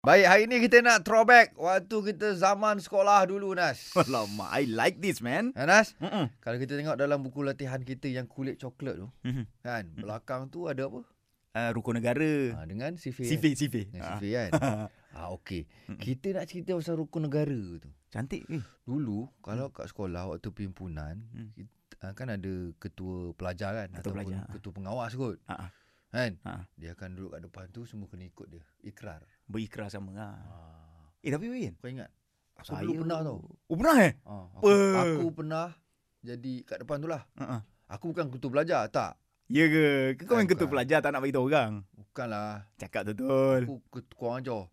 Baik, hari ni kita nak throwback waktu kita zaman sekolah dulu, Nas. Alamak, I like this man. Ha, Nas, Mm-mm. kalau kita tengok dalam buku latihan kita yang kulit coklat tu, Mhm. kan, belakang tu ada apa? Uh, Rukun Negara. Ha, dengan sifir. Sife, Kan? sife. Dengan Ah. Hmm. sifir, kan? Ha, okey. Kita nak cerita pasal rukun negara tu. Cantik. Eh. Dulu, kalau kat sekolah waktu pimpinan, Hmm. kita, ah, kan ada ketua pelajar kan? ataupun Ketua pelajar, ah. Ketua pengawas kot. Ah, ah. Kan? Ah. Dia akan duduk kat depan tu, semua kena ikut dia. Ikrar. Berikrar sama lah. Ha. Eh, tapi Win. Kau ingat? Aku dulu pernah tau. Oh, pernah eh? Ha, aku, Apa? aku pernah jadi kat depan tu lah. Uh-uh. Aku bukan ketua belajar, tak. Ya ke? Kau Bukan, main ketua bukan. pelajar tak nak beritahu orang. Bukanlah. Cakap betul. Aku ketua kurang ajar.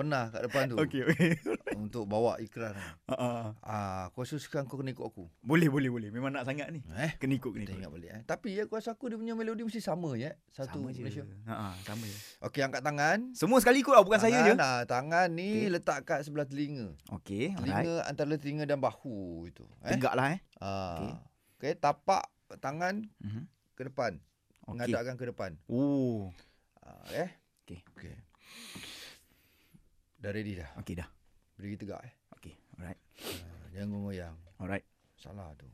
pernah kat depan tu Okey, okey. untuk bawa ikrar. ni. Uh-uh. Ah, aku rasa sekarang kau kena ikut aku. Boleh, boleh, boleh. Memang nak sangat ni. Eh, Kena ikut, kena kita ikut. ingat balik eh. Tapi aku rasa aku dia punya melodi mesti sama je. eh. Satu sama sama Malaysia. Je. Ha, sama je. Okey, angkat tangan. Semua sekali ikut lah, bukan saya je. tangan, Ah, tangan ni Okey. letak kat sebelah telinga. Okey, alright. Telinga antara telinga dan bahu itu, eh. Tegak lah eh. Okey. Ah. Okey, tapak tangan Mhm. ke depan. Okey. Mengadapkan ke depan. Oh. Ah, eh. Okey. Okey. Dah ready dah. Okey dah. Berdiri tegak eh. Okey, alright. Ah, Jangan goyang. Alright. Salah tu.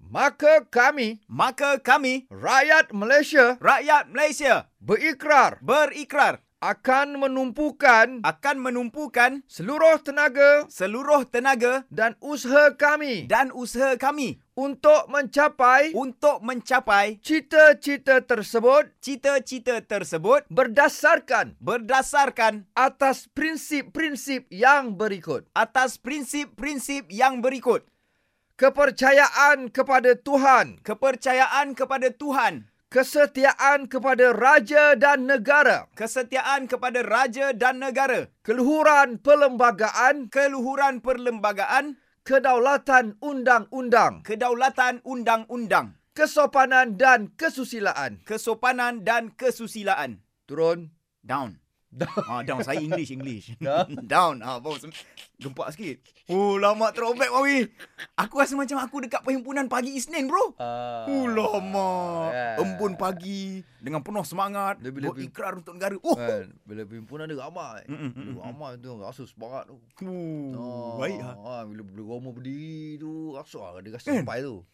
Maka kami, Maka kami, rakyat Malaysia rakyat Malaysia, berikrar berikrar akan menumpukan akan menumpukan seluruh tenaga seluruh tenaga dan usaha kami dan usaha kami untuk mencapai untuk mencapai cita-cita tersebut cita-cita tersebut berdasarkan berdasarkan atas prinsip-prinsip yang berikut. atas prinsip-prinsip yang berikut. Kepercayaan kepada Tuhan. Kepercayaan kepada Tuhan, kesetiaan kepada raja dan negara, kesetiaan kepada raja dan negara, keluhuran perlembagaan, keluhuran perlembagaan, kedaulatan undang-undang, kedaulatan undang-undang, kesopanan dan kesusilaan. kesopanan dan kesusilaan. Turun. Down. Down. Ah, down. Saya English, English. Dah. down. Ah, bau sem- gempak sikit. Oh, lama throwback Wawi. Aku rasa macam aku dekat perhimpunan pagi Isnin, bro. Uh, Oh, lama. Eh. Embun pagi dengan penuh semangat Lebih- lebih- berikrar untuk negara. Oh. Kan, bila pimpinan dia ramai. Mm, mm, mm, Bila mm. ramai tu rasa semangat tu. Oh, Ah, baik ah. ah, Bila bila Romo berdiri tu rasa ah, dia rasa Kan? sampai tu.